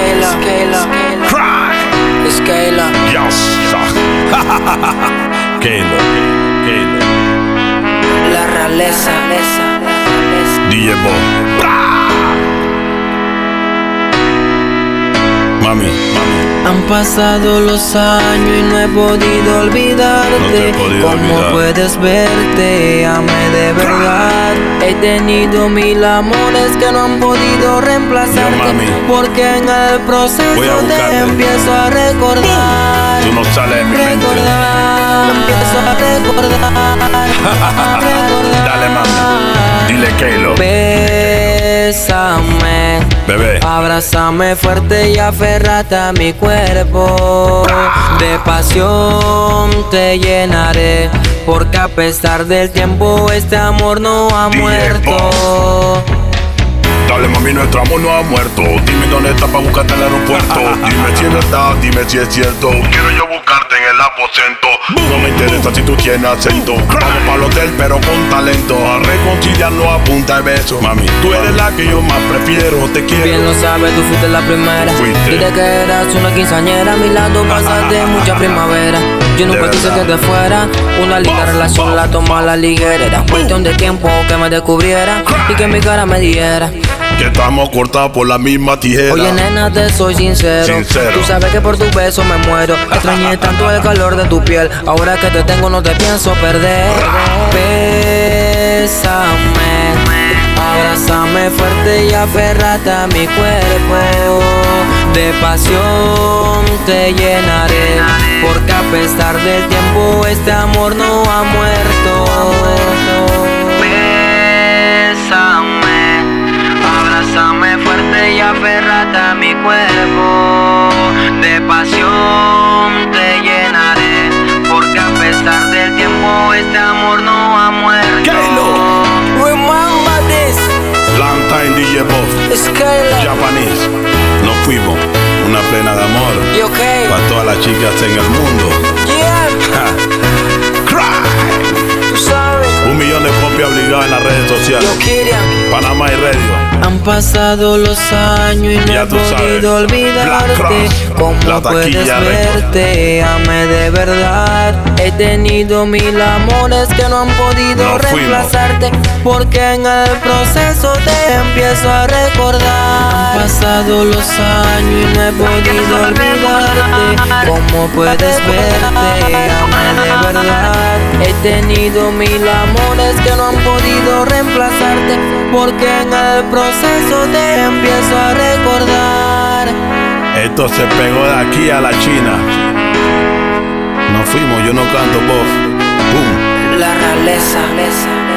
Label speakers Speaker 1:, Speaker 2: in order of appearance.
Speaker 1: Kayla.
Speaker 2: Cry.
Speaker 1: Es Kayla.
Speaker 2: Yes. Kayla. Kayla.
Speaker 1: La realeza. realeza, realeza.
Speaker 2: DJ Bo. Mami, mami.
Speaker 1: Han pasado los años y no he podido olvidarte.
Speaker 2: No te he podido
Speaker 1: Como
Speaker 2: olvidar.
Speaker 1: puedes verte? Amé de verdad. He tenido mil amores que no han podido reemplazarte.
Speaker 2: Yo, mami.
Speaker 1: porque en el proceso
Speaker 2: Voy a
Speaker 1: te
Speaker 2: buscarte.
Speaker 1: empiezo a recordar.
Speaker 2: Tú no sales de mi mente.
Speaker 1: Recordar, empiezo a recordar. a recordar.
Speaker 2: Dale, mami. Dile Kayla.
Speaker 1: Bésame.
Speaker 2: Bebé.
Speaker 1: Abrázame fuerte y aferrate a mi cuerpo. De pasión te llenaré, porque a pesar del tiempo este amor no ha
Speaker 2: DJ
Speaker 1: muerto.
Speaker 2: Dale mami, nuestro amor no ha muerto. Dime dónde está para buscarte al aeropuerto. Dime si no está, dime si es cierto. Quiero yo buscarte en el aposento. No me interesa si tú tienes acento. Vamos para el hotel, pero con talento. A reconciliarnos a punta de besos. Mami, tú eres la que yo más prefiero. Te
Speaker 1: Bien
Speaker 2: quiero.
Speaker 1: lo sabes, tú fuiste la primera.
Speaker 2: Fuiste.
Speaker 1: Desde que eras una quinceañera, a mi lado pasaste mucha primavera. Yo nunca
Speaker 2: De
Speaker 1: quise que
Speaker 2: verdad.
Speaker 1: te fuera. Una linda
Speaker 2: Bof,
Speaker 1: relación
Speaker 2: bof.
Speaker 1: la toma la liguera. Era cuestión de tiempo que me descubriera y que mi cara me diera.
Speaker 2: Que estamos cortados por la misma tijera.
Speaker 1: Oye, nena, te soy sincero.
Speaker 2: Sincero.
Speaker 1: Tú sabes que por tu beso me muero. Extrañé tanto el calor de tu piel. Ahora que te tengo, no te pienso perder. Bésame, abrázame fuerte y aferrate a mi cuerpo. De pasión te llenaré. Porque a pesar del tiempo, este amor no ha muerto. Bésame, abrázame fuerte y aferrate a mi cuerpo. De pasión te llenaré, porque a pesar del tiempo este amor no ha muerto.
Speaker 2: Kaylo.
Speaker 1: Remember this,
Speaker 2: Long time DJ Boss.
Speaker 1: it's Kayla.
Speaker 2: Japanese. Nos fuimos. Una plena de amor.
Speaker 1: You okay?
Speaker 2: Para todas las chicas en el mundo.
Speaker 1: Yeah,
Speaker 2: Ja. Cry.
Speaker 1: tú sabes.
Speaker 2: Un millón de copias obligadas en las redes sociales.
Speaker 1: Yo quería.
Speaker 2: Panamá y Radio.
Speaker 1: Han pasado los años y no
Speaker 2: Ya
Speaker 1: he
Speaker 2: tú sabes.
Speaker 1: podido
Speaker 2: Black
Speaker 1: olvidarte.
Speaker 2: Cross,
Speaker 1: Como
Speaker 2: la
Speaker 1: puedes
Speaker 2: taquilla récord.
Speaker 1: verte, amé de verdad. He tenido mil amores que no han podido
Speaker 2: Nos fuimos.
Speaker 1: reemplazarte. Porque en el proceso te empiezo a recordar. Han pasado los años y no he podido olvidarte. Como puedes verte, amé de verdad. He tenido mil amores que no han podido reemplazarte. Porque en el proceso te empiezo a recordar.
Speaker 2: Esto se pegó de aquí a la China. Nos fuimos, yo no canto, bof. Boom.
Speaker 1: La realeza.